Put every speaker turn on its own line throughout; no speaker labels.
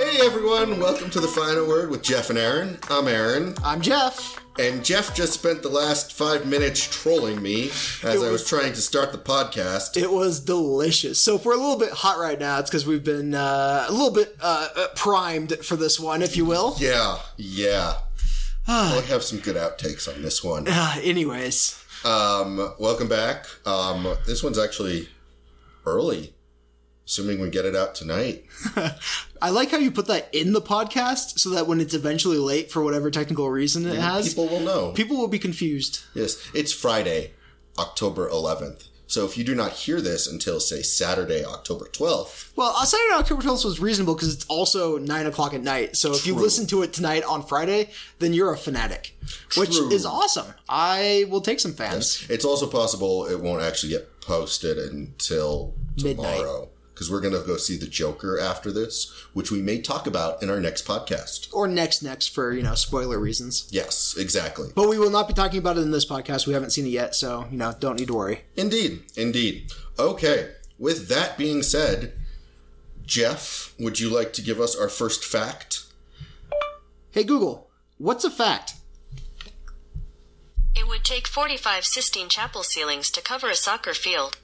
everyone. Welcome to the final word with Jeff and Aaron. I'm Aaron,
I'm Jeff.
and Jeff just spent the last five minutes trolling me as I was trying to start the podcast.
It was delicious. So if we're a little bit hot right now, it's because we've been uh, a little bit uh, uh, primed for this one, if you will.
Yeah, yeah. we'll have some good outtakes on this one.
Uh, anyways,
Um, welcome back. Um, this one's actually early, assuming we get it out tonight.
I like how you put that in the podcast so that when it's eventually late for whatever technical reason it has,
People will know.
people will be confused.
Yes, it's Friday, October 11th. So if you do not hear this until, say, Saturday, October 12th,
Well, uh, Saturday, October 12th was reasonable because it's also 9 o'clock at night. So if you
True.
listen to it tonight on Friday, then you're a fanatic, which
True.
is awesome. I will take some fans.
it's also possible it won't actually get posted until
Midnight.
tomorrow. Because we're going to go see the Joker after this, which we may talk about in our next podcast.
Or next, next for, you know, spoiler reasons.
Yes, exactly.
But we will not be talking about it in this podcast. We haven't seen it yet, so, you know, don't need to worry.
Indeed, indeed. Okay, with that being said, Jeff, would you like to give us our first fact?
Hey, Google, what's a fact?
It would take 45 Sistine Chapel ceilings to cover a soccer field.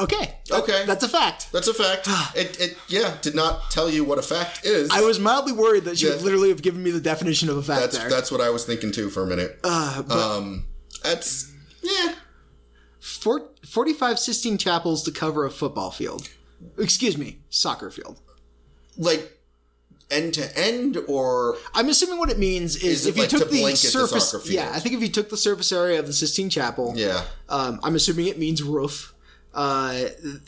Okay.
Okay.
That's a fact.
That's a fact. It, it yeah, did not tell you what a fact is.
Ah. I was mildly worried that she would
Yeah.
literally have given me the definition of a fact
that's
there. Uh,
that's what I was thinking too for a minute. um, that's yeah.
Four, 45 Sistine Chapels to cover a football field. Excuse me, soccer field.
Like end to end, or
I'm assuming what it means
Is
is,
it
if you
like to
took the
blanket the
surface.
soccer field?
yeah, I think if you took the surface area of the Sistine Chapel,
yeah,
um, I'm assuming it means roof, uh,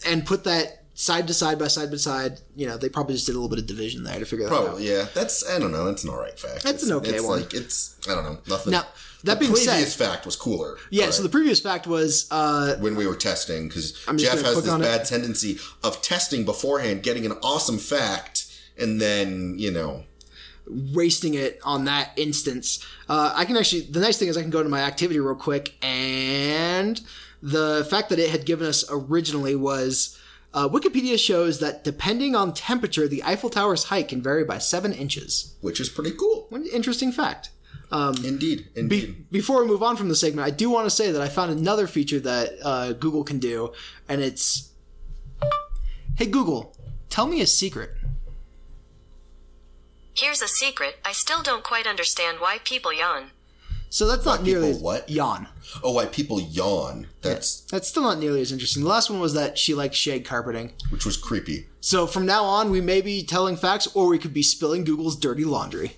and put that side to side by side by side. You know, they probably just did a little bit of division there to figure that out.
probably Oh, yeah. That's I don't know. That's an all right fact.
That's an okay
it's
one.
Like it's I don't know nothing.
Now, that
the
being
previous
said,
fact was cooler.
yeah.
but
So the previous fact was uh,
when we were testing, because
I'm just
Jeff
gonna
has
click
this
on it.
bad tendency of testing beforehand, getting an awesome fact, and then you know
wasting it on that instance. Uh, I can actually. The nice thing is I can go to my activity real quick, and the fact that it had given us originally was. Uh, Wikipedia shows that depending on temperature, the Eiffel Tower's height can vary by seven inches.
which is pretty cool.
One interesting fact. Um,
Indeed, indeed.
Be- before we move on from the segment, I do want to say that I found another feature that uh, Google can do, and it's Hey Google, tell me a secret.
Here's a secret I still don't quite understand why people yawn.
So that's not nearly
people what?
yawn.
oh, why people yawn? That's
That's still not nearly as interesting. The last one was that she likes shag carpeting.
which was creepy.
So from now on, we may be telling facts, or we could be spilling Google's dirty laundry.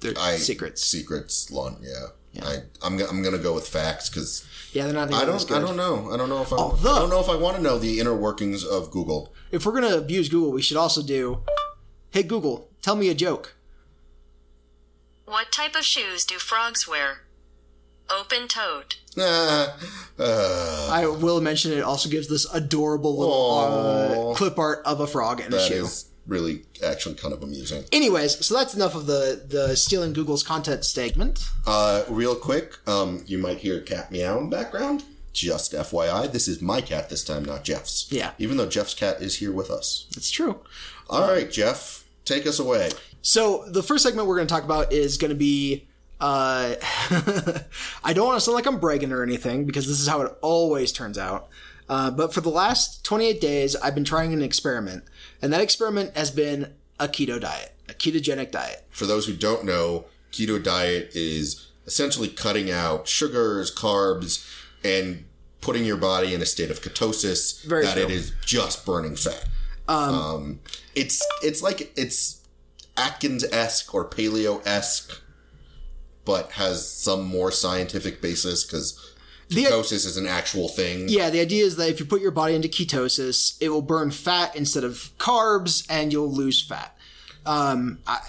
They're
I,
secrets.
Secrets. Lawn. Yeah. I, I'm, go- I'm gonna go with facts because
Yeah, they're not.
I
nearly as
don't
good.
I don't know I don't know if I,
Although-
I don't know if I want to know the inner workings of Google.
If we're gonna abuse Google, we should also do Hey Google, tell me a joke.
What type of shoes do frogs wear? Open toed.
Ah, uh,
I will mention it also gives this adorable little
Aww.
uh, clip art of a frog and a
that
shoe.
is really actually kind of amusing.
Anyways, so that's enough of the the stealing Google's content statement.
Uh, real quick, um, you might hear a cat meow in the background. Just FYI, this is my cat this time, not Jeff's.
Yeah.
Even though Jeff's cat is here with us.
It's true.
All right, Jeff, take us away.
So the first segment we're going to talk about is going to be. Uh, I don't want to sound like I'm bragging or anything because this is how it always turns out. Uh, but for the last 28 days, I've been trying an experiment, and that experiment has been a keto diet, a ketogenic diet.
For those who don't know, keto diet is essentially cutting out sugars, carbs, and putting your body in a state of ketosis
Very
that
true.
it is just burning fat. Um, it's it's like it's Atkins esque or paleo esque, but has some more scientific basis because
The-
ketosis is an actual thing.
Yeah, the idea is that if you put your body into ketosis, it will burn fat instead of carbs, and you'll lose fat. Um, I,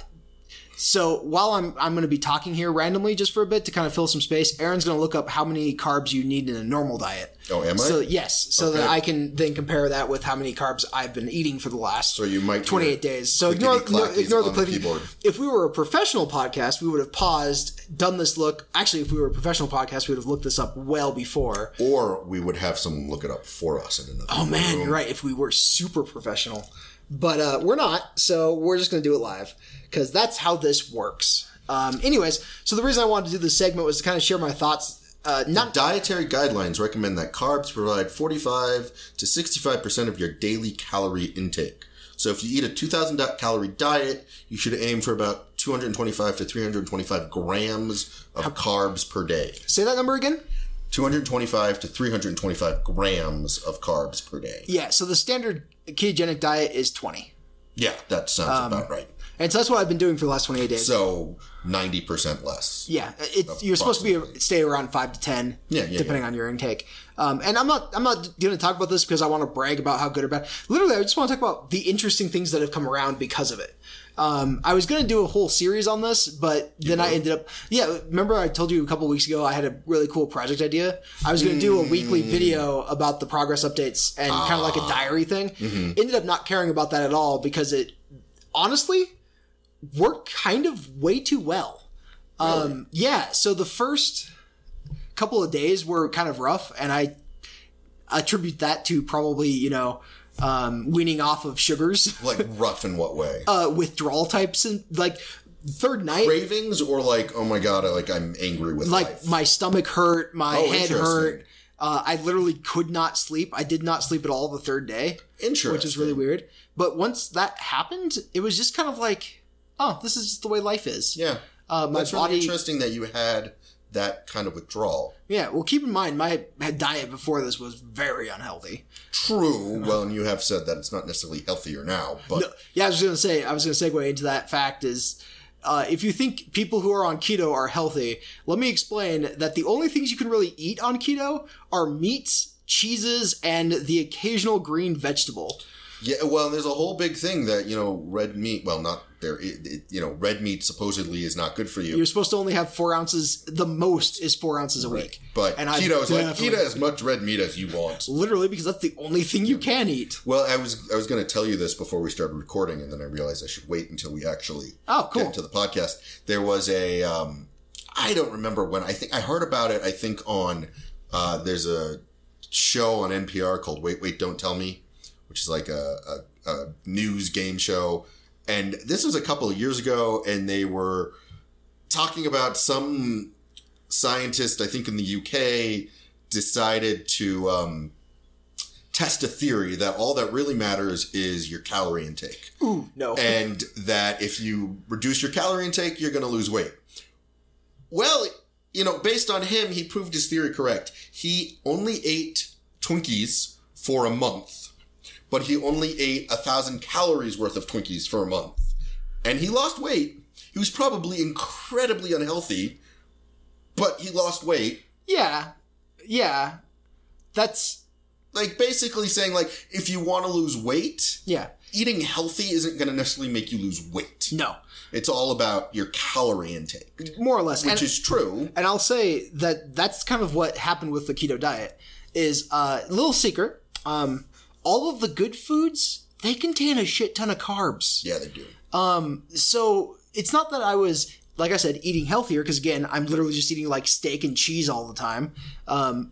so while I'm I'm going to be talking here randomly just for a bit to kind of fill some space, Aaron's going to look up how many carbs you need in a normal diet.
Oh, am I?
So
So,
yes, so that I can then compare that with how many carbs I've been eating for the last
you might hear
28 days. So ignore, ignore,
clickety-clackies
ignore the
on the
clicky.
keyboard.
if we were a professional podcast, we would have paused, done this look. Actually, if we were a professional podcast, we would have looked this up well before.
Or we would have someone look it up for us in another
Oh man, you're right. If we were super professional, But uh, we're not, so we're just going to do it live because that's how this works. Um, anyways, so the reason I wanted to do this segment was to kind of share my thoughts. Uh, not
Dietary guidelines recommend that carbs provide 45 to 65% of your daily calorie intake. So if you eat a 2000 di- calorie diet, you should aim for about 225 to 325 grams of carbs per day.
say that number again.
225 to 325 grams of carbs per day.
Yeah, so the standard ketogenic diet is 20.
Yeah, that sounds
Um,
about right.
And so that's what I've been doing for the last 28 days.
So 90% less.
yeah, it, you're supposed to be stay around 5 to 10
Yeah, yeah,
depending on your intake. Um, and I'm not I'm not going to talk about this because I want to brag about how good or bad. Literally, I just want to talk about the interesting things that have come around because of it. Um, I was going to do a whole series on this, but then I ended up yeah, remember I told you a couple weeks ago I had a really cool project idea. I was going to do a
Mm.
weekly video about the progress updates and kind of like
Ah.
a diary thing.
Mm-hmm.
Ended up not caring about that at all because it honestly worked kind of way too well. Um, yeah, so the first couple of days were kind of rough, and I attribute that to probably you know um, weaning off of sugars,
Like rough in what way?
uh, withdrawal types, and like third night,
Cravings or like, oh my god, I, like I'm angry with
like
life.
my stomach hurt, my
Oh,
head
interesting.
hurt. Uh, I literally could not sleep. I did not sleep at all the third day.
Interesting.
which is really weird. But once that happened, it was just kind of like, oh, this is just the way life is.
Yeah.
Uh, my
That's
body,
really interesting that you had that kind of withdrawal.
yeah. Well, keep in mind, my my diet before this was very unhealthy.
True. Well, and you have said that it's not necessarily healthier now, but
No, yeah, I was gonna say, I was gonna segue into that fact is, uh, if you think people who are on keto are healthy, let me explain that the only things you can really eat on keto are meats, cheeses, and the occasional green vegetable.
yeah. Well, there's a whole big thing that you know, red meat. Well, not there. It, it, you know, red meat supposedly is not good for you.
You're supposed to only have four ounces. The most is four ounces a week.
but
and I
keto is like eat
definitely-
as much red meat as you want.
Literally, because that's the only thing you can eat.
Well, I was I was going to tell you this before we started recording, and then I realized I should wait until we actually
Oh, cool.
get into the podcast. There was a um, I don't remember when. I think I heard about it. I think on uh, there's a show on NPR called Wait Wait Don't Tell Me, which is like a, a, a news game show. And this was a couple of years ago, and they were talking about some scientist, I think in the UK, decided to um, test a theory that all that really matters is your calorie intake
Ooh, no.
and that if you reduce your calorie intake, you're going to lose weight. Well, you know, based on him, he proved his theory correct. He only ate Twinkies for a month, but he only ate a thousand calories worth of Twinkies for a month, and he lost weight. He was probably incredibly unhealthy, but he lost weight.
yeah, yeah. That's
Like basically saying, like, if you want to lose weight,
yeah.
eating healthy isn't going to necessarily make you lose weight.
No,
It's all about your calorie intake.
more or less.
which
and,
is true.
and I'll say that that's kind of what happened with the keto diet. Is uh, little secret. Um, all of the good foods they contain a shit ton of carbs. Um,
Yeah, they do.
So it's not that I was like I said eating healthier because again I'm literally just eating like steak and cheese all the time. Um,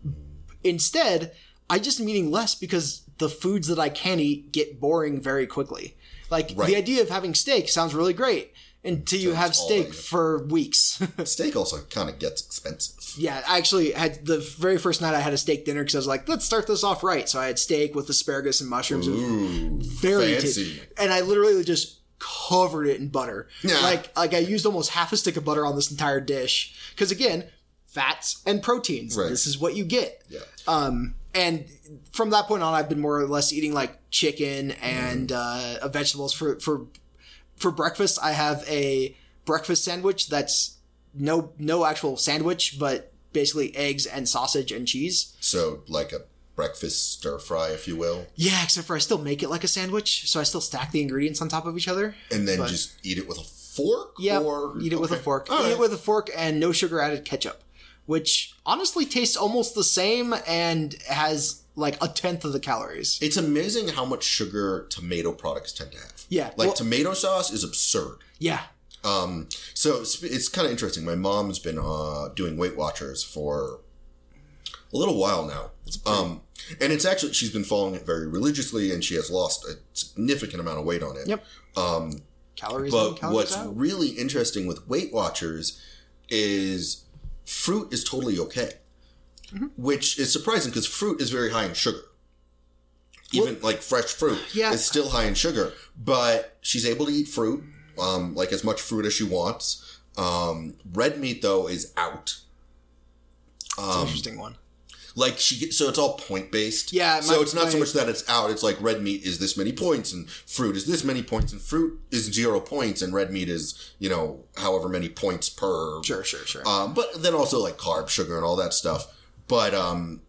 instead, I just am eating less because the foods that I can eat get boring very quickly. Like
Right.
the idea of having steak sounds really great until you have
all
steak
I-
for weeks.
Steak also kind of gets expensive.
yeah, I actually had the very first night I had a steak dinner because I was like, let's start this off right. So I had steak with asparagus and mushrooms. It was
Ooh,
very
fancy.
tasty. And I literally just covered it in butter.
Yeah.
Like like I used almost half a stick of butter on this entire dish because again, fats and proteins.
Right.
This is what you get.
Yeah.
Um, and from that point on, I've been more or less eating like chicken and
Mm-hmm.
uh, vegetables for for for breakfast. I have a breakfast sandwich that's no no actual sandwich, but basically eggs and sausage and cheese.
So, like a breakfast stir fry, if you will,
Yeah, except for I still make it like a sandwich, so I still stack the ingredients on top of each other.
and then just eat it with a fork.
Yeah,
or
eat it with a
Okay.
fork.
All
eat
right.
it with a fork and no sugar added ketchup, which honestly tastes almost the same and has like a tenth of the calories.
It's amazing how much sugar tomato products tend to have.
Yeah,
like
well-
tomato sauce is absurd.
Yeah,
Um, so it's, it's kind of interesting. My mom's been uh, doing Weight Watchers for a little while now. Um, and it's actually she's been following it very religiously, and she has lost a significant amount of weight on it.
Yep.
Um,
Calories in,
but
calories
what's um,
out.
really interesting with Weight Watchers is fruit is totally okay, which is surprising because fruit is very high in sugar. Even like fresh fruit
yeah.
is still high in sugar, but she's able to eat fruit, um, like as much fruit as she wants. Um, red meat though is out.
It's an interesting one.
Like she, get- so it's all point based.
Yeah, my-
so it's not so
my-
much that it's out. It's like red meat is this many points, and fruit is this many points, and fruit is zero points, and red meat is you know however many points per.
Sure, sure, sure.
Um, but then also like carb, sugar, and all that stuff. But um,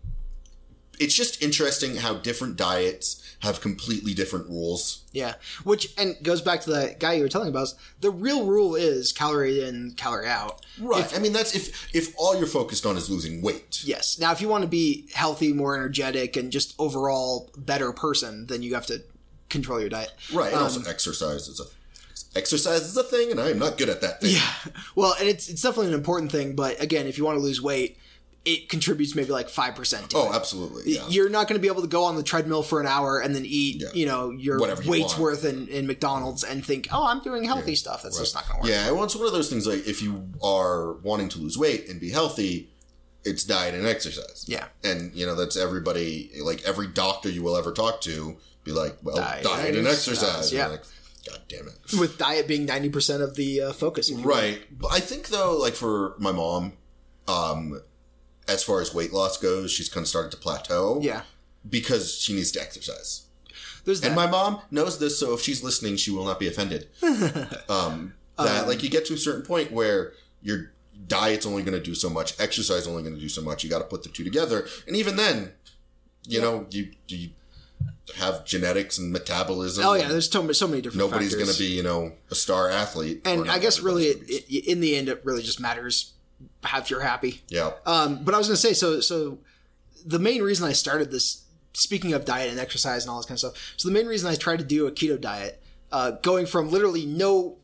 it's just interesting how different diets have completely different rules.
yeah, which and goes back to that guy you were telling about. The real rule is calorie in, calorie out.
Right. I mean, that's if if all you're focused on is losing weight.
Yes. Now, if you want to be healthy, more energetic, and just overall better person, then you have to control your diet.
Right. And also exercise is a exercise is a thing, and I am not good at that thing.
Yeah. Well, and it's it's definitely an important thing, but again, if you want to lose weight, it contributes maybe like five percent.
Oh, absolutely. Yeah.
You're not going to be able to go on the treadmill for an hour and then eat,
Yeah.
you know, your
Whatever you
weight's
want.
worth in, in McDonald's and think, oh, I'm doing healthy stuff. That's just not going to work.
Yeah, well, it's one of those things like if you are wanting to lose weight and be healthy, it's diet and exercise.
Yeah.
And, you know, that's everybody, like every doctor you will ever talk to, be like, well,
Diet
diet,
and
and
exercise,
exercise. And
yeah.
you're like, God damn it.
With diet being 90% of the uh, focus. if you will.
Right. But I think, though, like for my mom, um, as far as weight loss goes, she's kind of started to plateau.
Yeah.
Because she needs to exercise.
There's that.
And my mom knows this, so if she's listening, she will not be offended. um, that like you get to a certain point where your diet's only going to do so much, exercise only going to do so much. You got to put the two together, and even then, you know, you you have genetics and metabolism.
oh, yeah. There's so, ma- so many different
nobody's
factors.
going to be you know a star athlete. Or
And
not
I guess really,
everybody's
it,
gonna be.
it, in the end, it really just matters how you're happy.
yeah,
Um, but I was going to say, so so the main reason I started this, speaking of diet and exercise and all this kind of stuff, so the main reason I tried to do a keto diet, uh, going from literally no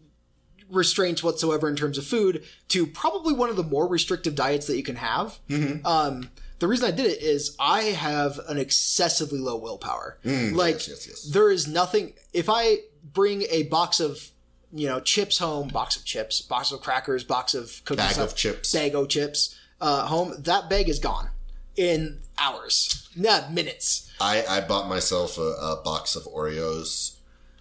restraints whatsoever in terms of food to probably one of the more restrictive diets that you can have.
Mm-hmm.
Um, the reason I did it is I have an excessively low willpower. like
Mm, yes, yes, yes.
there is nothing. If I bring a box of you know chips home, box of chips, box of crackers, box of cookies,
Bag of
stuff,
chips.
bag of chips uh, home, that bag is gone in hours, not minutes.
I I bought myself a, a box of Oreos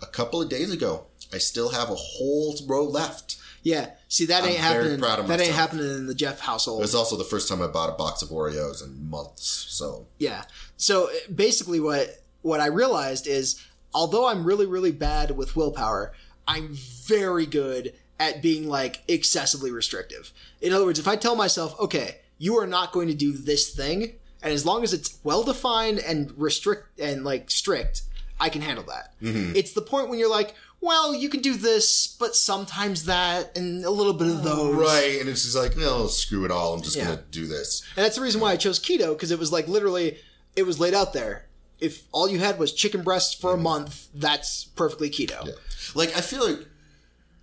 a couple of days ago. I still have a whole row left.
Yeah, see that
I'm
ain't
very
happening.
proud of
that ain't
myself.
happening in the Jeff household.
It was also the first time I bought a box of Oreos in months. So
Yeah. So uh, basically, what what I realized is, although I'm really really bad with willpower, I'm very good at being like excessively restrictive. In other words, if I tell myself, okay, you are not going to do this thing, and as long as it's well defined and restrict and like strict, I can handle that. It's the point when you're like, well, you can do this, but sometimes that, and a little bit of those.
right, and it's just like, no, screw it all. I'm just
Yeah.
gonna do this.
And that's the reason why I chose keto because it was like literally, it was laid out there. If all you had was chicken breasts for
Mm-hmm.
a month, that's perfectly keto.
Like I feel like,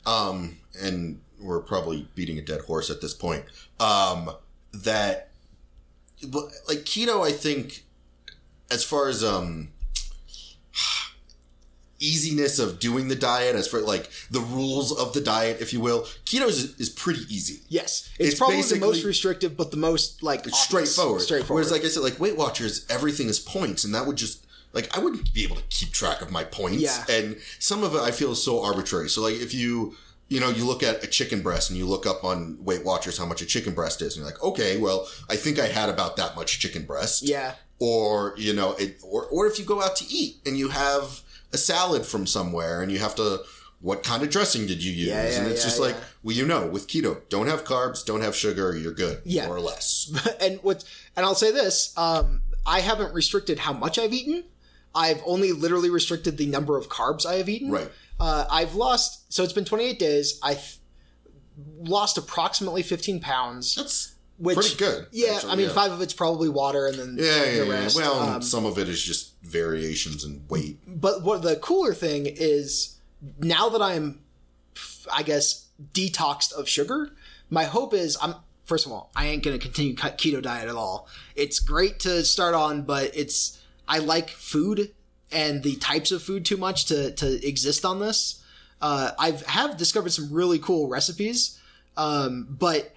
um, and we're probably beating a dead horse at this point. Um, that but, like keto, I think, as far as um easiness of doing the diet, as for like the rules of the diet, if you will, keto is, is pretty easy.
Yes, it's,
It's
probably the most
basically-
restrictive, but the most like
It's
obvious.
straightforward.
Straightforward.
Whereas, like I said, like Weight Watchers, everything is points, and that would just like I wouldn't be able to keep track of my points.
Yeah.
And some of it I feel is so arbitrary. So like if you you know you look at a chicken breast and you look up on Weight Watchers how much a chicken breast is, and you're like, okay, well I think I had about that much chicken breast.
yeah,
Or you know, it, or or if you go out to eat and you have a salad from somewhere and you have to. What kind of dressing did you use?
Yeah, yeah,
and it's
yeah,
just like,
yeah.
well, you know, with keto, don't have carbs, don't have sugar, you're good,
Yeah.
more or less.
and what? And I'll say this: um, I haven't restricted how much I've eaten. I've only literally restricted the number of carbs I have eaten.
Right.
Uh, I've lost, so it's been 28 days. I th- lost approximately 15 pounds.
That's
which
pretty good.
Yeah,
actually,
I mean,
yeah.
five of it's probably water, and then
Yeah, yeah,
the
yeah.
rest.
Well,
um,
some of it is just variations in weight.
but what the cooler thing is now that I'm, I guess, detoxed of sugar. My hope is I'm. First of all, I ain't gonna continue cut- keto diet at all. It's great to start on, but it's I like food and the types of food too much to to exist on this. Uh, I've have discovered some really cool recipes, um, but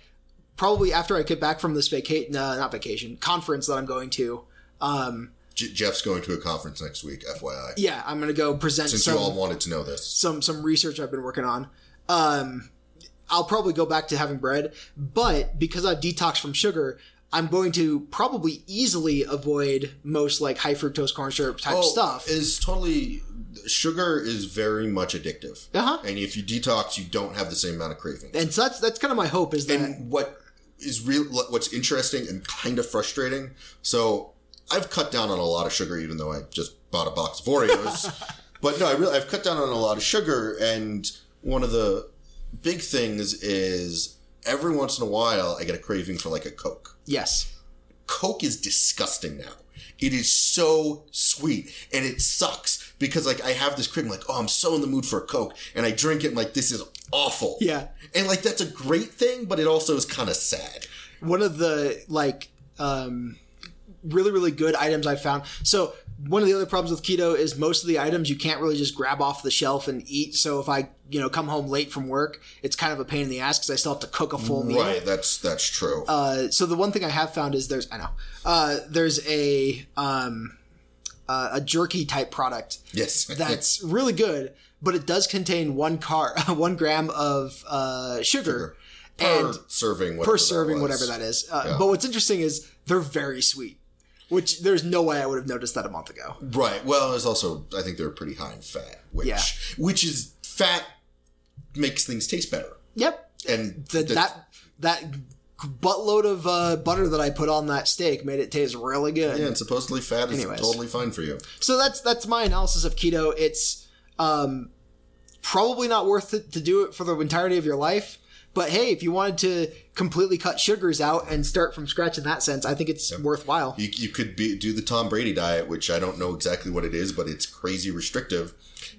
probably after I get back from this vacation, no, not vacation conference that I'm going to, um,
J- Jeff's going to a conference next week, FYI.
yeah, I'm gonna go present
Since
some
you all wanted to know this,
some some research I've been working on. Um, I'll probably go back to having bread, but because I've detoxed from sugar, I'm going to probably easily avoid most like high fructose corn syrup
Oh,
type stuff.
is totally sugar is very much addictive,
Uh-huh.
and if you detox, you don't have the same amount of cravings.
and so that's that's kind of my hope is that
and what is real what's interesting and kind of frustrating so i've cut down on a lot of sugar even though i just bought a box of oreos but no i really i've cut down on a lot of sugar and one of the big things is every once in a while i get a craving for like a coke
yes,
coke is disgusting now it is so sweet and it sucks because like i have this craving like oh i'm so in the mood for a coke and i drink it and like this is awful
yeah.
and like that's a great thing, but it also is kind of sad.
one of the like um, really really good items I found. So one of the other problems with keto is most of the items you can't really just grab off the shelf and eat. So if I you know come home late from work, it's kind of a pain in the ass because I still have to cook a full meal.
Right, that's that's true.
Uh, so the one thing I have found is there's I know uh, there's a um, uh, a jerky type product
yes,
that's really good, but it does contain one car one gram of uh, sugar.
Sugar. per
and
serving whatever
per serving,
that was.
whatever that is. Uh, But what's interesting is they're very sweet, which there's no way I would have noticed that a month ago.
Right. Well, it's also I think they're pretty high in fat, which
Yeah.
which is fat makes things taste better.
Yep,
And
Th-
the-
that that buttload of uh, butter that I put on that steak made it taste really good.
yeah, and supposedly fat is
Anyways.
totally fine for you.
So that's that's my analysis of keto. It's um, probably not worth it to do it for the entirety of your life. But hey, if you wanted to completely cut sugars out and start from scratch in that sense, I think it's worthwhile.
You, you could be do the Tom Brady diet, which I don't know exactly what it is, but it's crazy restrictive,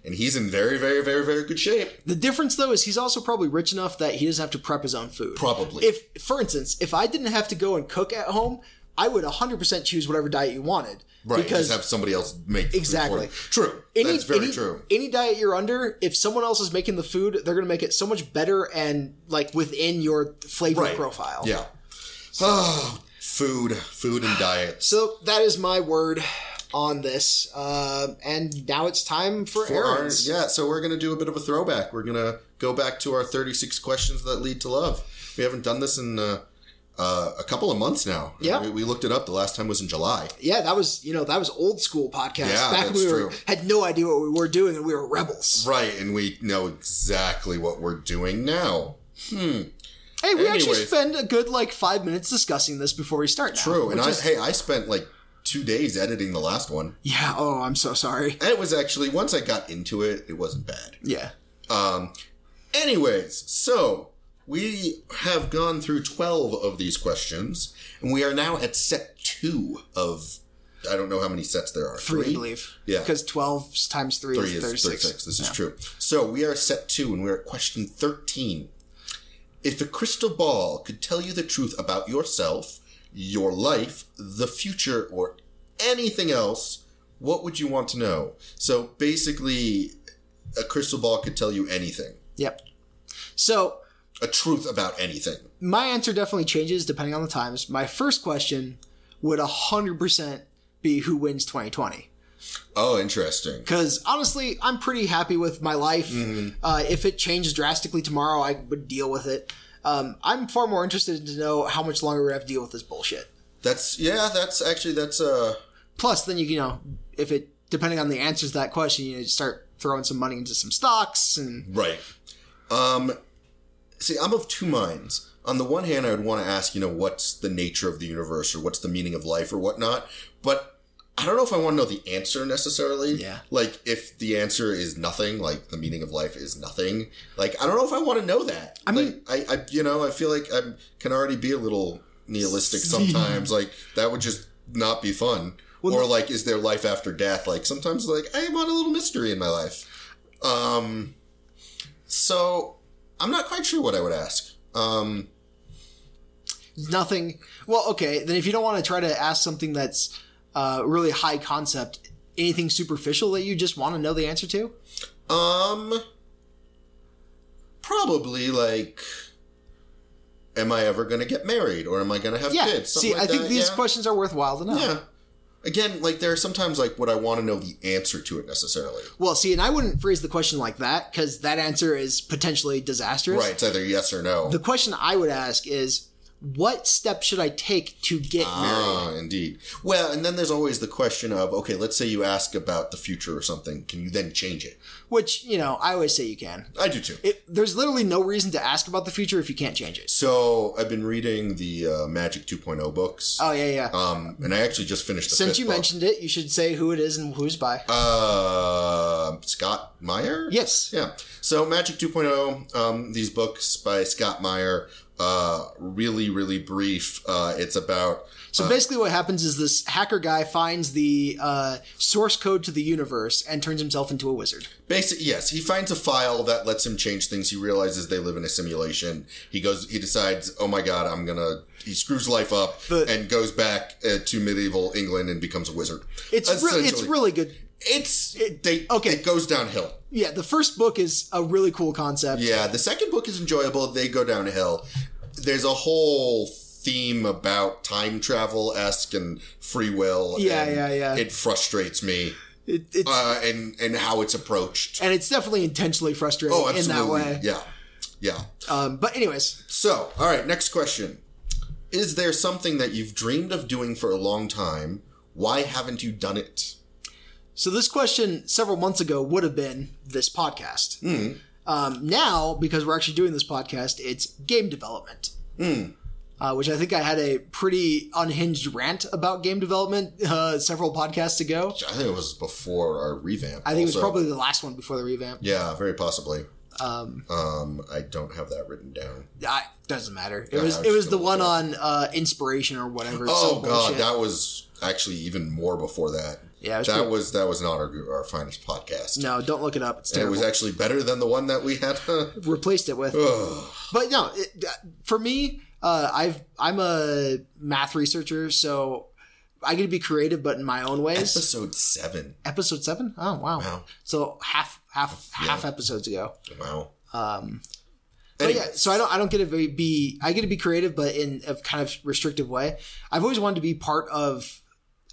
and he's in very, very, very, very good shape.
The difference, though, is he's also probably rich enough that he doesn't have to prep his own food.
Probably.
If, for instance, if I didn't have to go and cook at home, I would 100% choose whatever diet you wanted.
Right,
Because
just have somebody else make the food for
Exactly.
you. True, that's very
any,
true.
Any diet you're under, if someone else is making the food, they're going to make it so much better and like within your flavor profile.
Yeah. oh, food, food, and diets.
So that is my word on this. Uh, and now it's time for,
For our-
errands.
yeah, so we're gonna do a bit of a throwback. We're gonna go back to our 36 questions that lead to love. We haven't done this in uh, uh, a couple of months now.
Yeah.
we, we looked it up. The last time was in July.
Yeah, that was you know that was old school podcast.
Yeah,
Back when
that's
we were,
true.
had no idea what we were doing and we were rebels.
Right, and we know exactly what we're doing now.
Hey, we actually
Anyways.
spend a good like five minutes discussing this before we start. Now,
True, and
which
I
is-
hey, I spent like two days editing the last one,
yeah. Oh, I'm so sorry.
and it was actually once I got into it, it wasn't bad.
Yeah.
Um, anyways, so we have gone through 12 of these questions, and we are now at set two of I don't know how many sets there are.
Three, I believe.
Yeah.
Because 12 times 3,
Three
is
is
36.
36. This is true. So we are set two, and we're at question 13. If a crystal ball could tell you the truth about yourself, your life, the future, or anything else, what would you want to know? So basically, a crystal ball could tell you anything.
Yep. So
a truth about anything.
my answer definitely changes depending on the times. My first question would 100% be who wins 2020.
Oh, interesting.
Because honestly, I'm pretty happy with my life. Uh, if it changes drastically tomorrow, I would deal with it. Um, I'm far more interested to know how much longer we have to deal with this bullshit.
That's yeah. That's actually that's uh
plus then you you know if it depending on the answers to that question you start throwing some money into some stocks and
right. Um, see, I'm of two minds. On the one hand, I would want to ask, you know, what's the nature of the universe or what's the meaning of life or whatnot, but I don't know if I want to know the answer necessarily.
Yeah.
Like, if the answer is nothing, like the meaning of life is nothing, like I don't know if I want to know that. I
mean-
like, I, I, you know, I feel like I can already be a little nihilistic sometimes. like that would just not be fun. or like, is there life after death? Like sometimes, like I want a little mystery in my life. Um, so I'm not quite sure what I would ask. Um,
nothing well okay then if you don't want to try to ask something that's uh, really high concept, anything superficial that you just want to know the answer to?
Um, probably like, am I ever going to get married, or am I going to have
Yeah.
kids? Something
See,
like
I think
that,
these
yeah.
questions are worthwhile to know.
Yeah. Again, like there are sometimes like would I want to know the answer to it necessarily?
Well, see, and I wouldn't phrase the question like that because that answer is potentially disastrous.
Right, it's either yes or no.
The question I would ask is, what step should I take to get married?
Ah, indeed. Well, and then there's always the question of okay, let's say you ask about the future or something, can you then change it?
Which you know, I always say you can.
I do too.
It, there's literally no reason to ask about the future if you can't change it.
So I've been reading the uh, Magic 2.0 books,
Oh yeah, yeah.
um, and I actually just finished the
Since
fifth
you
book.
mentioned it, you should say who it is and who's by.
uh, Scott Meyer.
yes.
Yeah. So Magic 2.0, um, these books by Scott Meyer, uh, really, really brief. Uh, it's about
So basically, what happens is this hacker guy finds the uh, source code to the universe and turns himself into a wizard.
Basic, yes, he finds a file that lets him change things. He realizes they live in a simulation. He goes, he decides, oh my god, I'm gonna. He screws life up
But-
and goes back uh, to medieval England and becomes a wizard.
It's really, it's
Essentially.
really good.
it's they
okay.
okay. It goes downhill.
Yeah, the first book is a really cool concept.
Yeah, the second book is enjoyable. They go downhill. There's a whole theme about time travel esque and free will.
Yeah,
and
yeah, yeah.
It frustrates me,
It, it's
uh, and and how it's approached.
and it's definitely intentionally frustrating
Oh,
in that
absolutely.
way.
Yeah, yeah.
Um, but anyways,
So, all right, next question. Is there something that you've dreamed of doing for a long time? Why haven't you done it?
so this question several months ago would have been this podcast.
Hmm.
Um, now, because we're actually doing this podcast, it's game development.
Hmm.
Uh, which I think I had a pretty unhinged rant about game development uh, several podcasts ago.
I think it was before our revamp.
I think it was
also.
probably the last one before the revamp.
Yeah, very possibly.
Um,
Um, I don't have that written down.
I, doesn't matter. It
Yeah,
was
I was
it was
just
the
gonna
one
look
on uh, inspiration or whatever.
Oh
some
god,
bullshit.
that was actually even more before that.
Yeah, it was
that
pretty-
was that was not our, our finest podcast.
no, don't look it up. It's
And it
terrible.
was actually better than the one that we had.
Replaced it with
Ugh.
but no, it, for me, uh, I've I'm a math researcher, so I get to be creative, but in my own ways.
Episode seven.
episode seven. Oh wow!
Wow.
So half half half episodes ago.
Wow.
Um, but
Anyway,
yeah, so I don't I don't get to be- be I get to be creative, but in a kind of restrictive way. I've always wanted to be part of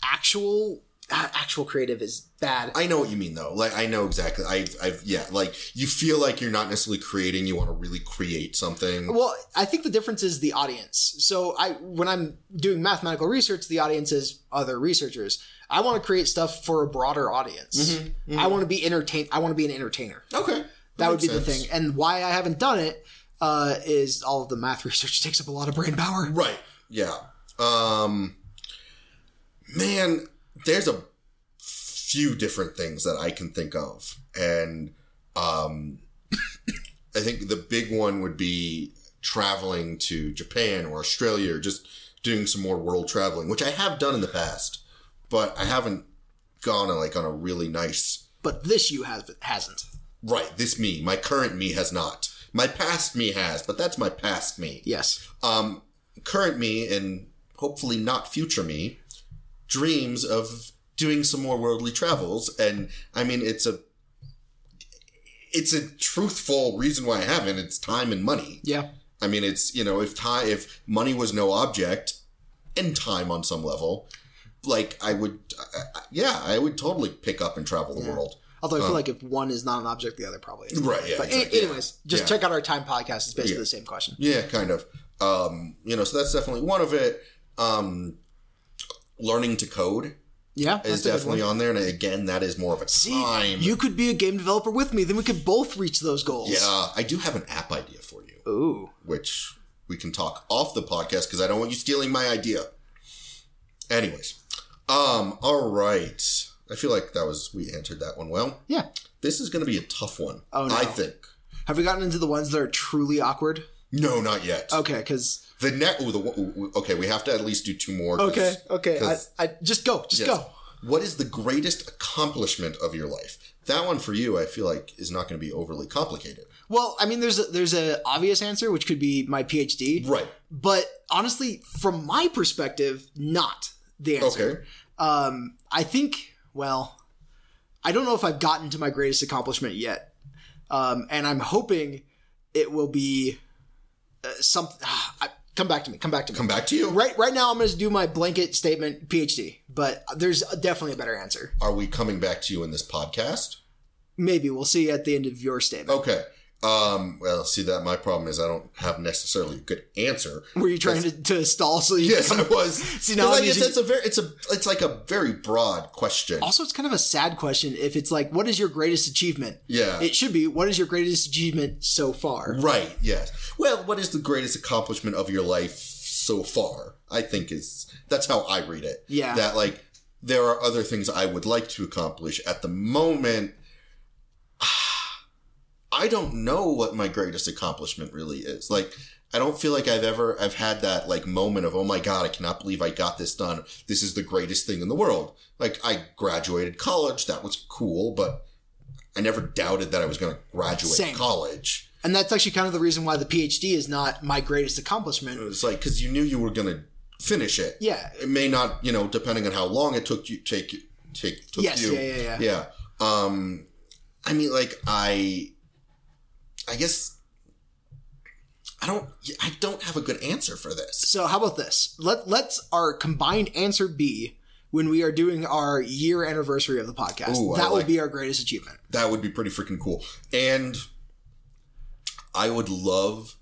actual ah, actual creative is bad.
I know what you mean though. Like I know exactly. I I've yeah, like you feel like you're not necessarily creating, you want to really create something.
Well, I think the difference is the audience. So I when I'm doing mathematical research, the audience is other researchers. I want to create stuff for a broader audience.
Mm-hmm,
I want to be entertain I want to be an entertainer.
okay.
That would be
makes
the
sense.
thing. And why I haven't done it uh, is all of the math research takes up a lot of brain power.
Right. Yeah. Um man, there's a few different things that I can think of. And um I think the big one would be traveling to Japan or Australia or just doing some more world traveling, which I have done in the past, but I haven't gone on like on a really nice
But this you has hasn't.
Right, this me, my current me has not. My past me has, but that's my past me.
Yes.
Um, current me and hopefully not future me dreams of doing some more worldly travels, and I mean it's a it's a truthful reason why I haven't. It's time and money.
Yeah.
I mean it's you know if time if money was no object and time on some level, like I would, I, I- yeah, I would totally pick up and travel the world.
Although I feel like if one is not an object, the other probably is.
Uh. Right, yeah,
But a-
exactly.
anyways, just
Yeah.
check out our time podcast. It's basically
Yeah.
the same question.
Yeah, kind of. Um, you know, so that's definitely one of it. Um, learning to code
Yeah.
is
that's a good one.
definitely on there, and again, that is more of a
See,
time.
you could be a game developer with me. Then we could both reach those goals.
yeah, I do have an app idea for you,
Ooh.
which we can talk off the podcast because I don't want you stealing my idea. Anyways, um, all right. I feel like that was we answered that one well.
Yeah.
This is going to be a tough one.
Oh, no.
I think.
Have we gotten into the ones that are truly awkward?
No, not yet.
Okay, because
The net. Ooh, the, ooh, ooh, okay, we have to at least do two more. 'cause-
okay, okay, I,
'cause-
I just go, just
Yes.
go.
What is the greatest accomplishment of your life? That one for you, I feel like, is not going to be overly complicated.
Well, I mean, there's a, there's a obvious answer which could be my PhD,
Right.
but honestly, from my perspective, not the answer.
Okay.
Um, I think, well, I don't know if I've gotten to my greatest accomplishment yet. Um, and I'm hoping it will be uh, something. come back to me. Come back to me.
Come back to you.
Right, right now, I'm going to do my blanket statement PhD, but there's definitely a better answer.
Are we coming back to you in this podcast?
Maybe we'll see at the end of your statement.
Okay. Um, well, see that my problem is I don't have necessarily a good answer.
Were you trying to, to stall so you?
Oh, Yes, I was.
See, now
'Cause
I'm
I guess
using-
that's a very it's a it's like a very broad question.
Also, it's kind of a sad question if it's like, what is your greatest achievement?
Yeah.
It should be, what is your greatest achievement so far?
Right. Yes. Well, what is the greatest accomplishment of your life so far? I think is that's how I read it.
Yeah.
That like there are other things I would like to accomplish at the moment. I don't know what my greatest accomplishment really is. Like I don't feel like I've ever I've had that like moment of oh my god I cannot believe I got this done. This is the greatest thing in the world. Like I graduated college, that was cool, but I never doubted that I was going to graduate
Same.
college.
And that's actually kind of the reason why the PhD is not my greatest accomplishment.
It's like because you knew you were gonna finish it.
Yeah.
It may not, you know, depending on how long it took you take take took
Yes,
you.
yeah, yeah, yeah.
Yeah. Um, I mean, like I, I guess I don't. I don't have a good answer for this.
So how about this? Let let's our combined answer be when we are doing our year anniversary of the podcast.
Ooh, I
that will
like-
be our greatest achievement.
That would be pretty freaking cool. And I would love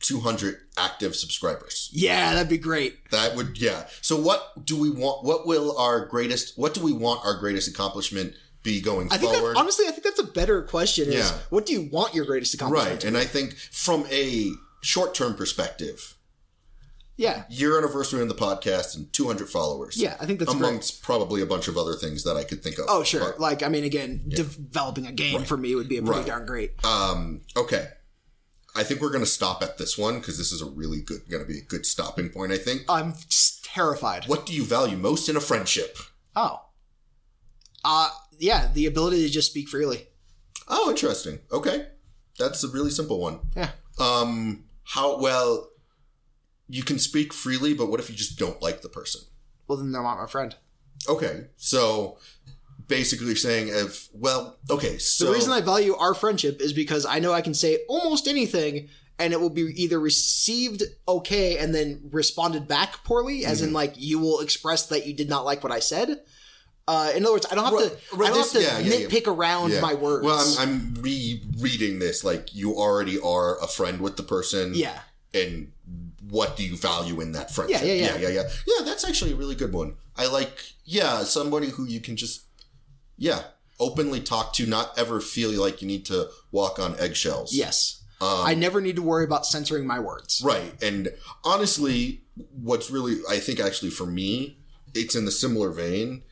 200 active subscribers.
Yeah, that'd be great.
That would yeah. So what do we want? What will our greatest? What do we want our greatest accomplishment be going
I think
forward?
that, honestly, I think that's a better question. Is
Yeah.
what do you want your greatest accomplishment?
Right.
to
And I think from a short term perspective,
be? Yeah,
year anniversary on the podcast and 200 followers.
yeah. I think that's great.
amongst probably a bunch of other things that I could think of.
Oh sure.
But,
like I mean, again, developing a game for me would be a pretty
Right.
darn great.
um, okay. I think we're going to stop at this one because this is a really good, going to be a good stopping point, I think.
I'm just terrified.
What do you value most in a friendship?
Oh, uh, yeah, the ability to just speak freely.
Oh, interesting. Okay. That's a really simple one.
Yeah.
Um, how well you can speak freely, but what if you just don't like the person?
Well, then they're not my friend.
Okay, so basically you're saying if well, okay, so
The reason I value our friendship is because I know I can say almost anything and it will be either received okay and then responded back poorly, as
Mm-hmm.
in like you will express that you did not like what I said. Uh, in other words, I don't have to.
Right, right,
I don't
this- yeah,
have to
yeah, yeah.
nitpick around
Yeah.
my words.
Well, I'm, I'm rereading this like you already are a friend with the person,
yeah,
And what do you value in that friendship?
Yeah, yeah, yeah.
yeah, yeah, yeah. Yeah, that's actually a really good one. I like yeah, somebody who you can just yeah openly talk to, not ever feel like you need to walk on eggshells.
yes.
Um,
I never need to worry about censoring my words.
Right. And honestly, what's really, I think actually for me, it's in the similar vein,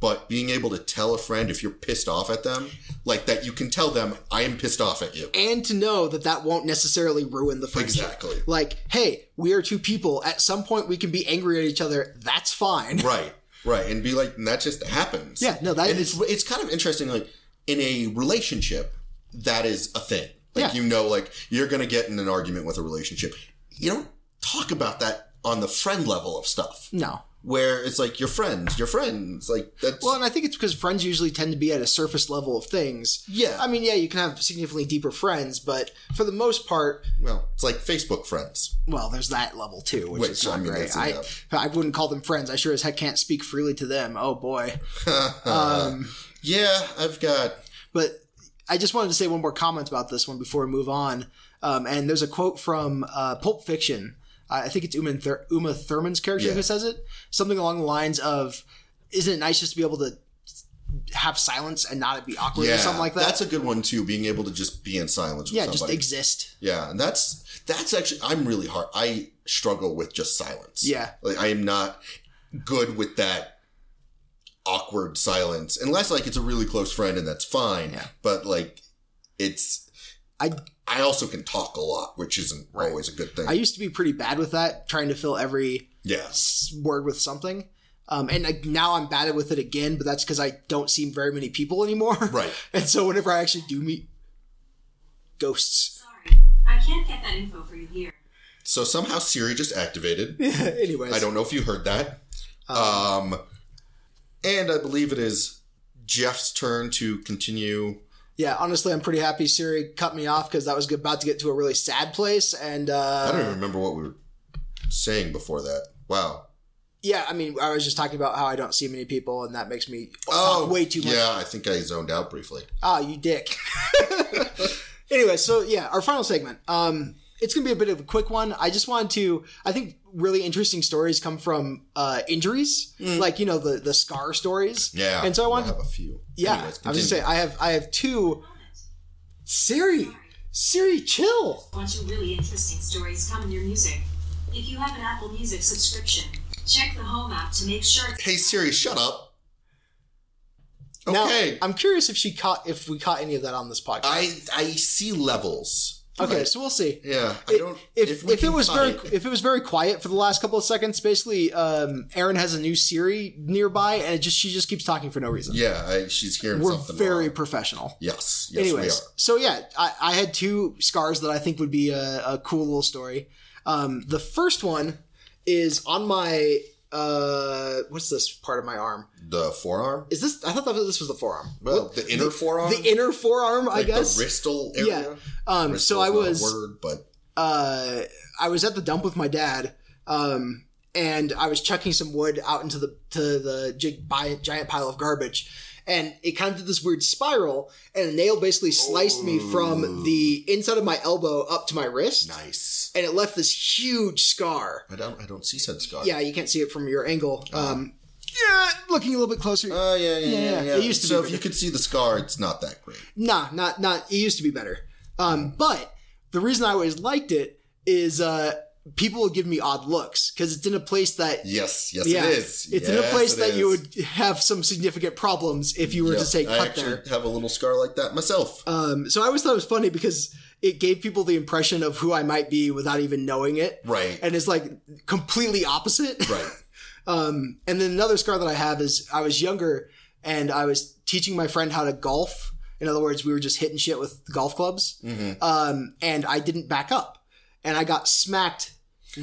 but being able to tell a friend if you're pissed off at them, like that you can tell them, I am pissed off at you.
And to know that that won't necessarily ruin the friendship.
Exactly.
Like, hey, we are two people. At some point, we can be angry at each other. That's fine.
Right. Right. And be like, and that just happens.
Yeah, no, that
and
is-
it's, it's kind of interesting. Like in a relationship, that is a thing. Like,
Yeah.
you know, like you're going to get in an argument with a relationship. You don't talk about that on the friend level of stuff
No.
where it's like your friends, your friends, like that's
Well, and I think it's because friends usually tend to be at a surface level of things.
Yeah.
I mean, yeah, you can have significantly deeper friends, but for the most part,
Well, it's like Facebook friends.
well, there's that level too, which,
Which,
is not
I mean,
great.
that's
I,
enough.
I wouldn't call them friends. I sure as heck can't speak freely to them. Oh boy. um,
Yeah, I've got.
but I just wanted to say one more comment about this one before we move on. Um, and there's a quote from uh, Pulp Fiction. I I think it's Uma, Thur- Uma Thurman's character
Yeah.
who says it. Something along the lines of, "Isn't it nice just to be able to have silence and not be awkward
Yeah,
or something like that?"
That's a good one too. Being able to just be in silence with
yeah, just
somebody.
exist.
yeah, and that's that's actually I'm really hard. I struggle with just silence.
Yeah.
like I am not good with that awkward silence unless like it's a really close friend and that's fine.
Yeah.
But like it's
I
I also can talk a lot, which isn't always a good thing.
I used to be pretty bad with that, trying to fill every
yeah.
s- word with something. Um, and I, now I'm bad with it again, but that's because I don't see very many people anymore.
Right.
And so whenever I actually do meet ghosts,
Sorry, I can't get that info for you here.
So somehow Siri just activated.
anyways,
I don't know if you heard that. Um, And I believe it is Jeff's turn to continue.
Yeah, honestly, I'm pretty happy Siri cut me off because that was about to get to a really sad place. And
I don't
uh,
even remember what we were saying before that. Wow.
yeah, I mean, I was just talking about how I don't see many people, and that makes me
Oh,
talk way too much.
Yeah, I think I zoned out briefly.
Ah, you dick. anyway, so yeah, our final segment. Um, it's gonna be a bit of a quick one. I just wanted to. I think really interesting stories come from uh, injuries, like you know the the scar stories.
Mm. Yeah.
and so I wanted.
have a few.
yeah,
Anyways,
I was just
continue.
saying I have I have two. Siri, Siri, chill.
Want you really interesting stories come in your music? If you have an Apple Music subscription, check the home app to make sure it's
Hey Siri, shut up.
Now,
Okay.
I'm curious if she caught if we caught any of that on this podcast.
I I see levels.
okay, so we'll see.
Yeah. I
It-
don't
if
we
if it
can
was very
find-
if it was very quiet for the last couple of seconds, basically, um, Aaron has a new Siri nearby, and it just she just keeps talking for no reason.
Yeah, I, she's hearing
We're
something.
very
wrong.
professional.
Yes. Yes, we
Anyways,
are.
so yeah, I, I had two scars that I think would be a, a cool little story. Um, the first one is on my uh, what's this part of my arm?
The forearm?
Is this? I thought that this was the forearm.
Well, the inner forearm?
the inner forearm, I
Um, like
guess.
the wristal
yeah.
area.
Um, so
Wristal's
I
not a
was
word, but
uh, I was at the dump with my dad, um, and I was chucking some wood out into the to the gig, bi- giant pile of garbage, and it kind of did this weird spiral, and a nail basically sliced me from the inside of my elbow up to my wrist,
nice.
and it left this huge scar.
I don't I don't see said scar.
Yeah, you can't see it from your angle. Um, yeah, looking a little bit closer.
Oh yeah, yeah,
Yeah,
yeah,
yeah.
yeah.
It used to
so
be
if
bigger.
you could see the scar, it's not that great.
nah, not not. It used to be better. Um, but the reason I always liked it is uh, people would give me odd looks because it's in a place that
Yes, yes,
yeah,
it is.
It's in a
Yes,
place
it
that you
is.
would have some significant problems if you were
Yeah,
to say
I
cut
actually
there.
have a little scar like that myself.
Um, so I always thought it was funny because it gave people the impression of who I might be without even knowing it.
right,
And it's like completely opposite.
right.
Um, and then another scar that I have is I was younger and I was teaching my friend how to golf. In other words, we were just hitting shit with golf clubs.
Mm-hmm.
Um, and I didn't back up and I got smacked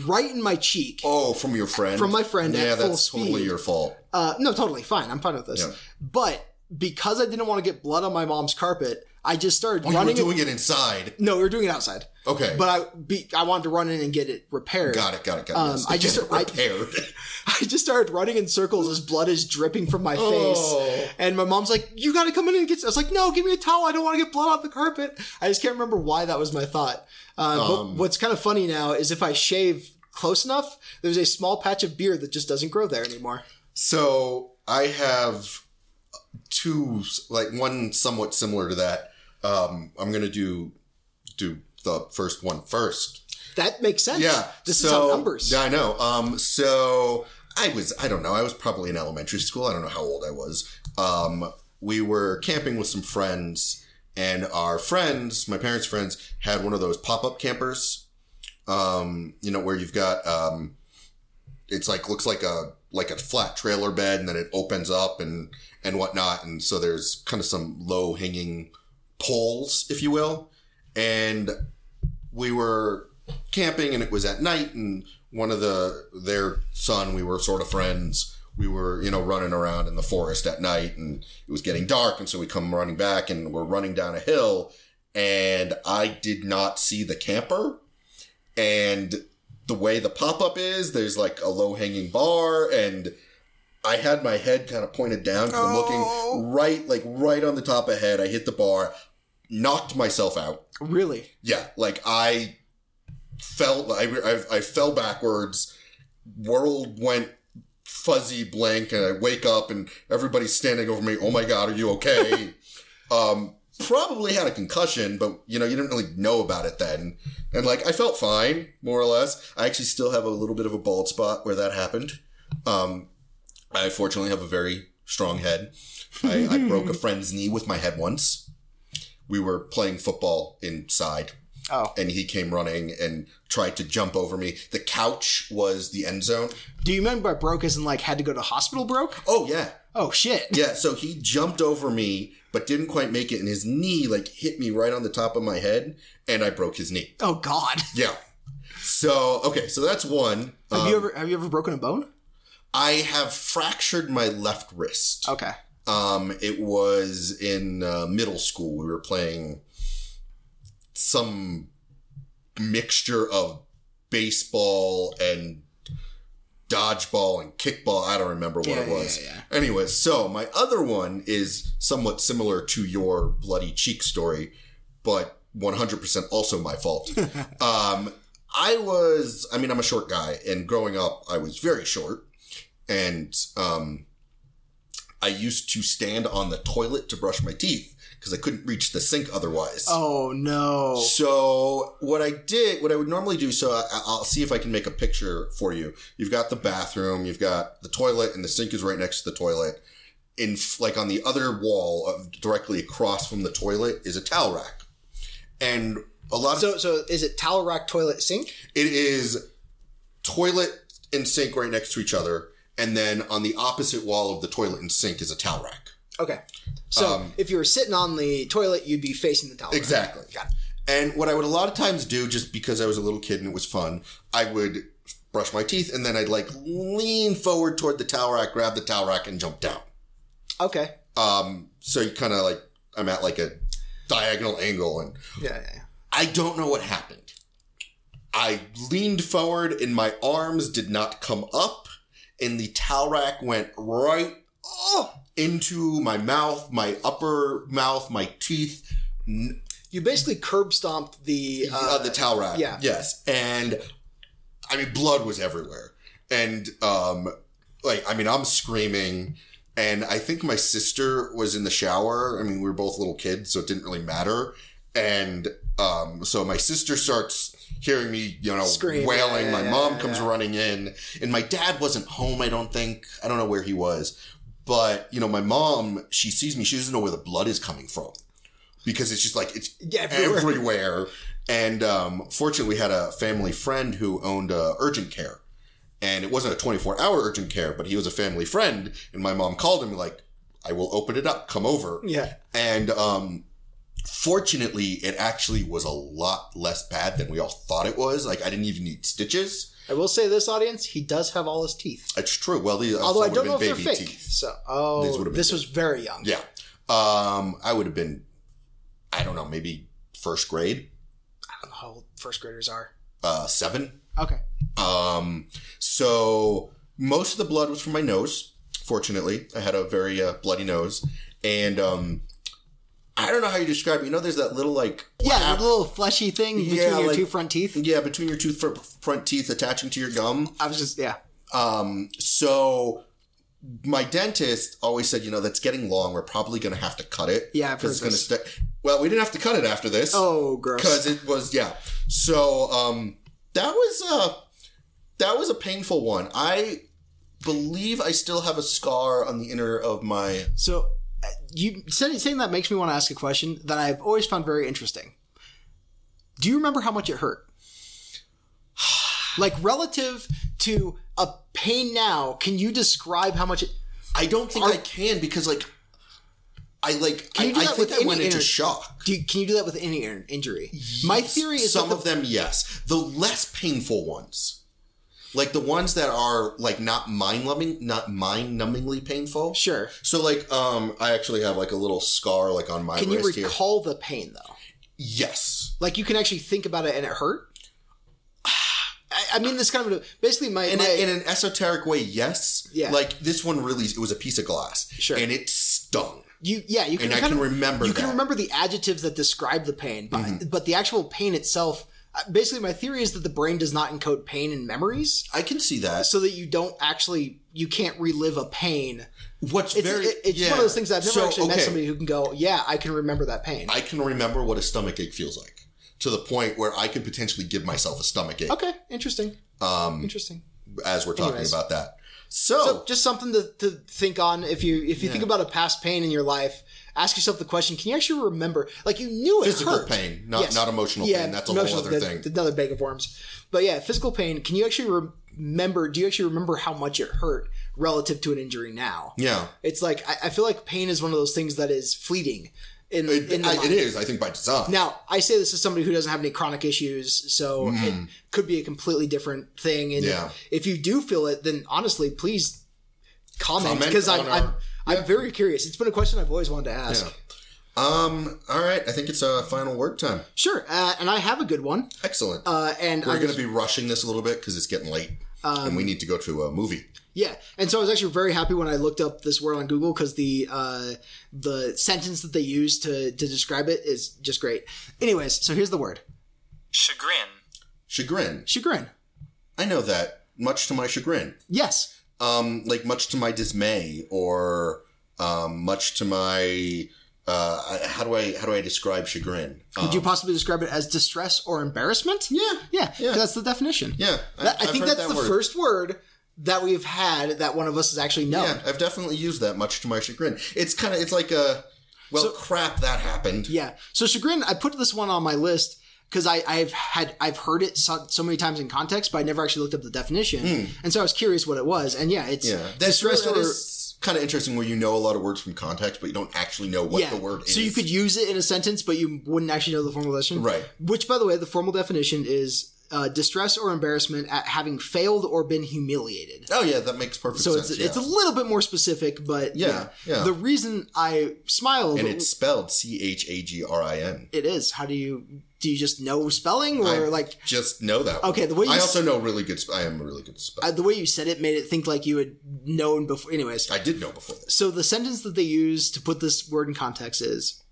right in my cheek.
Oh, from your friend.
From my friend at
Yeah,
full
that's totally
speed.
your fault.
Uh, no, totally fine. I'm fine with this.
Yeah.
But because I didn't want to get blood on my mom's carpet, I just started
Oh, you were
running.
doing it inside.
no, we were doing it outside.
Okay,
But I be, I wanted to run in and get it repaired.
got it, got it, got it.
Um,
Yes,
I just-
get it
I-
repaired.
I just started running in circles as blood is dripping from my face.
oh,
And my mom's like, "You got to come in and get." I was like, "No, give me a towel. I don't want to get blood on the carpet." I just can't remember why that was my thought. Uh, but
Um,
what's kind of funny now is if I shave close enough, there's a small patch of beard that just doesn't grow there anymore.
so I have two, like one somewhat similar to that. Um, I'm gonna do do the first one first.
That makes sense.
Yeah.
this
so,
is how numbers.
Yeah, I know. Um, so I was, I don't know, I was probably in elementary school. I don't know how old I was. Um, we were camping with some friends, and our friends, my parents' friends, had one of those pop up campers. Um, you know, where you've got, um, it's like looks like a like a flat trailer bed, and then it opens up and and whatnot, and so there's kind of some low hanging poles, if you will, and we were camping and it was at night and one of the their son we were sort of friends we were you know running around in the forest at night and it was getting dark and so we come running back and we're running down a hill and i did not see the camper and the way the pop-up is there's like a low-hanging bar and i had my head kind of pointed down because i'm looking right like right on the top of head i hit the bar knocked myself out
Really?
yeah, like I felt I, I, I fell backwards. World went fuzzy blank, and I wake up and everybody's standing over me. Oh my god, are you okay? um, probably had a concussion, but you know you didn't really know about it then. And like I felt fine, more or less. I actually still have a little bit of a bald spot where that happened. Um, I fortunately have a very strong head. I, I broke a friend's knee with my head once. We were playing football inside
Oh.
and he came running and tried to jump over me. The couch was the end zone.
Do you remember I broke as in like had to go to hospital broke?
Oh yeah,
Oh shit.
yeah. So he jumped over me, but didn't quite make it, and his knee like hit me right on the top of my head, and I broke his knee.
Oh god.
Yeah. So okay, so that's one.
Have
Um,
you ever have you ever broken a bone?
I have fractured my left wrist.
Okay.
Um, it was in uh, middle school. We were playing some mixture of baseball and dodgeball and kickball. I don't remember what
Yeah,
it
yeah,
was.
yeah,
Anyways, so my other one is somewhat similar to your bloody cheek story, but 100% also my fault. um, I was, I mean, I'm a short guy, and growing up, I was very short. And um, I used to stand on the toilet to brush my teeth because I couldn't reach the sink otherwise.
Oh no.
So what I did, what I would normally do, so I, I'll see if I can make a picture for you. You've got the bathroom, you've got the toilet, and the sink is right next to the toilet. In f- like on the other wall, of, directly across from the toilet, is a towel rack, and a lot of
So so is it towel rack toilet sink?
it is toilet and sink right next to each other, and then on the opposite wall of the toilet and sink is a towel rack.
Okay. So
Um,
if you were sitting on the toilet, you'd be facing the towel. rack.
Exactly.
Got it.
And what I would a lot of times do, just because I was a little kid and it was fun, I would brush my teeth and then I'd like lean forward toward the towel rack, grab the towel rack, and jump down.
Okay.
Um, so you kind of like I'm at like a diagonal angle, and
Yeah, yeah, yeah.
I don't know what happened. I leaned forward and my arms did not come up, and the towel rack went right oh, into my mouth, my upper mouth, my teeth.
You basically curb stomped the
uh, the towel rack.
yeah.
Yes. And I mean, blood was everywhere. And, um, like, I mean, I'm screaming. And I think my sister was in the shower. I mean, we were both little kids, so it didn't really matter. And, um, so my sister starts hearing me, you know,
Scream.
wailing.
Yeah,
my
yeah,
mom
yeah,
comes
yeah.
running in. And my dad wasn't home, I don't think. I don't know where he was. But, you know, my mom, she sees me. She doesn't know where the blood is coming from because it's just like, it's
yeah, everywhere.
everywhere. And um, fortunately, we had a family friend who owned uh, urgent care, and it wasn't a twenty four hour urgent care, but he was a family friend. And my mom called him like, "I will open it up. Come over."
yeah.
And um, fortunately, it actually was a lot less bad than we all thought it was. Like I didn't even need stitches.
I will say this audience, he does have all his teeth.
It's true. Well, uh, these
Although I
would have
don't know if
been
they're fake. So
These
oh
would've been
this was very young.
Yeah. Um, I would have been, I don't know, maybe first grade,
I don't know how old first graders are.
uh, seven.
Okay.
Um, so most of the blood was from my nose. Fortunately, I had a very uh, bloody nose, and um, I don't know how you describe it. You know, there's that little like
Yeah, the little fleshy thing between
Yeah,
your
like-
two front teeth.
yeah between your two fr- front teeth attaching to your gum.
I was just yeah.
Um, so my dentist always said, you know, that's getting long. We're probably going to have to cut it.
Yeah, I've
'cause it's
heard
going to stay. Well, we didn't have to cut it after this.
Oh gross.
because it was yeah so um that was uh that was a painful one i believe i still have a scar on the inner of my
So uh, you saying, saying that makes me want to ask a question that I've always found very interesting. Do you remember how much it hurt? Like relative to a pain now, can you describe how much it?
i don't think i can because like i like
Can you do
i, I
that
think
with
i went
any
into
inner-
shock
Do you, can you do that with any in- injury? My theory is
some
that
of them yes the less painful ones like the ones that are like not mind numbing not mind numbingly painful
the, sure.
so like um i actually have like a little scar like on my
Can you
wrist here
recall the pain though?
yes
Like you can actually think about it and it hurt. I, I mean, this kind of basically my,
in,
my
a, in an esoteric way, yes.
Yeah.
Like this one really, it was a piece of glass.
Sure.
And it stung.
you yeah you can
And I
kind
can
of-
remember
you
that. Mm-hmm.
can remember the adjectives that describe the pain, but but the actual pain itself. uh, Basically, my theory is that the brain does not encode pain in memories,
I can see that.
so that you don't actually you can't relive a pain.
What's
It's
very
it- it's
yeah.
one of those things that I've never
So,
actually met
okay,
somebody who can go, yeah, I can remember that pain.
I can remember what a stomach ache feels like to the point where I could potentially give myself a stomach ache
okay, interesting,
um,
interesting.
as we're talking
Anyways.
about that. So,
So just something to, to think on if you if you think about a past pain in your life, ask yourself the question: Can you actually remember? Like you knew it
physical
hurt.
pain, not
Yes.
not emotional pain. That's a
emotional-
whole other
that-
thing.
Another bag of worms. But yeah, physical pain. Can you actually remember? Do you actually remember how much it hurt relative to an injury now?
yeah.
It's like I, I feel like pain is one of those things that is fleeting. In,
It,
in the
I, it
mind.
is, I think, by design.
Now, I say this as somebody who doesn't have any chronic issues, so it could be a completely different thing. And
Mm-hmm. Yeah.
if you do feel it, then honestly, please comment
Comment
because I'm,
on
I'm,
our-
I'm very curious. It's been a question I've always wanted to ask.
Yeah. Um. All right. I think it's uh, final word time.
Sure, uh, and I have a good one.
Excellent.
Uh, and
We're
I Um,
going
was,
to be rushing this a little bit because it's getting late, and we need to go to a movie.
yeah, and so I was actually very happy when I looked up this word on Google because the uh, the sentence that they use to to describe it is just great. Anyways, so here's the word
Chagrin.
Chagrin.
chagrin.
I know that much to my chagrin.
Yes,
Um. Like much to my dismay, or um, much to my uh, I- how do I how do I describe chagrin? Um,
would you possibly describe it as distress or embarrassment?
yeah.
yeah,
Yeah.
that's the definition.
Yeah.
That- I
I've
think
heard
that's
that
the
word.
first word that we've had that one of us has actually known.
Yeah, I've definitely used that much to my chagrin. It's kind of it's like a well, crap that happened.
Yeah. So chagrin, I put this one on my list because I I've had I've heard it so, so many times in context, but I never actually looked up the definition, and so I was curious what it was. And yeah, it's
Hmm. Yeah, that's really,
distress
that
or
is kind of interesting where you know a lot of words from context, but you don't actually know what
yeah.
the word is.
so you could use it in a sentence, but you wouldn't actually know the formal definition.
Right.
Which, by the way, the formal definition is uh, distress or embarrassment at having failed or been humiliated.
Oh yeah, that makes perfect
So
sense.
it's
yeah.
it's a little bit more specific, but
Yeah, yeah.
The reason I smiled
and it's spelled C H A G R I N.
it is. How do you do? You just know spelling, or
I-
like
Just know that.
Okay,
word.
the way you
I
s-
also know really good. Sp- I am a really good spell.
uh, the way you said it made it think like you had known before. Anyways,
I, did know before this.
so the sentence that they use to put this word in context is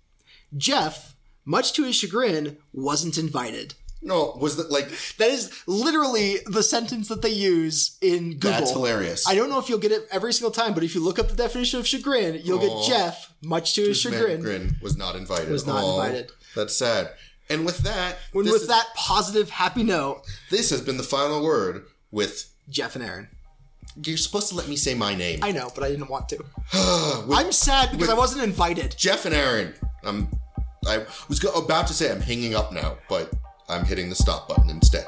Jeff, much to his chagrin, wasn't invited.
No, was that like
That is literally the sentence that they use in Google.
that's hilarious?
I don't know if you'll get it every single time, but if you look up the definition of chagrin, you'll
Aw.
get Jeff, much to his
Man,
chagrin.
Grin was not invited.
Was not
Aw,
invited.
That's sad. And with that,
When
this
with
is-
that positive, happy note,
this has been the final word with.
Jeff and Aaron.
You're supposed to let me say my name.
I know, but I didn't want to. I'm sad because I wasn't invited.
Jeff and Aaron. I'm. I was go- about to say I'm hanging up now, but I'm hitting the stop button instead.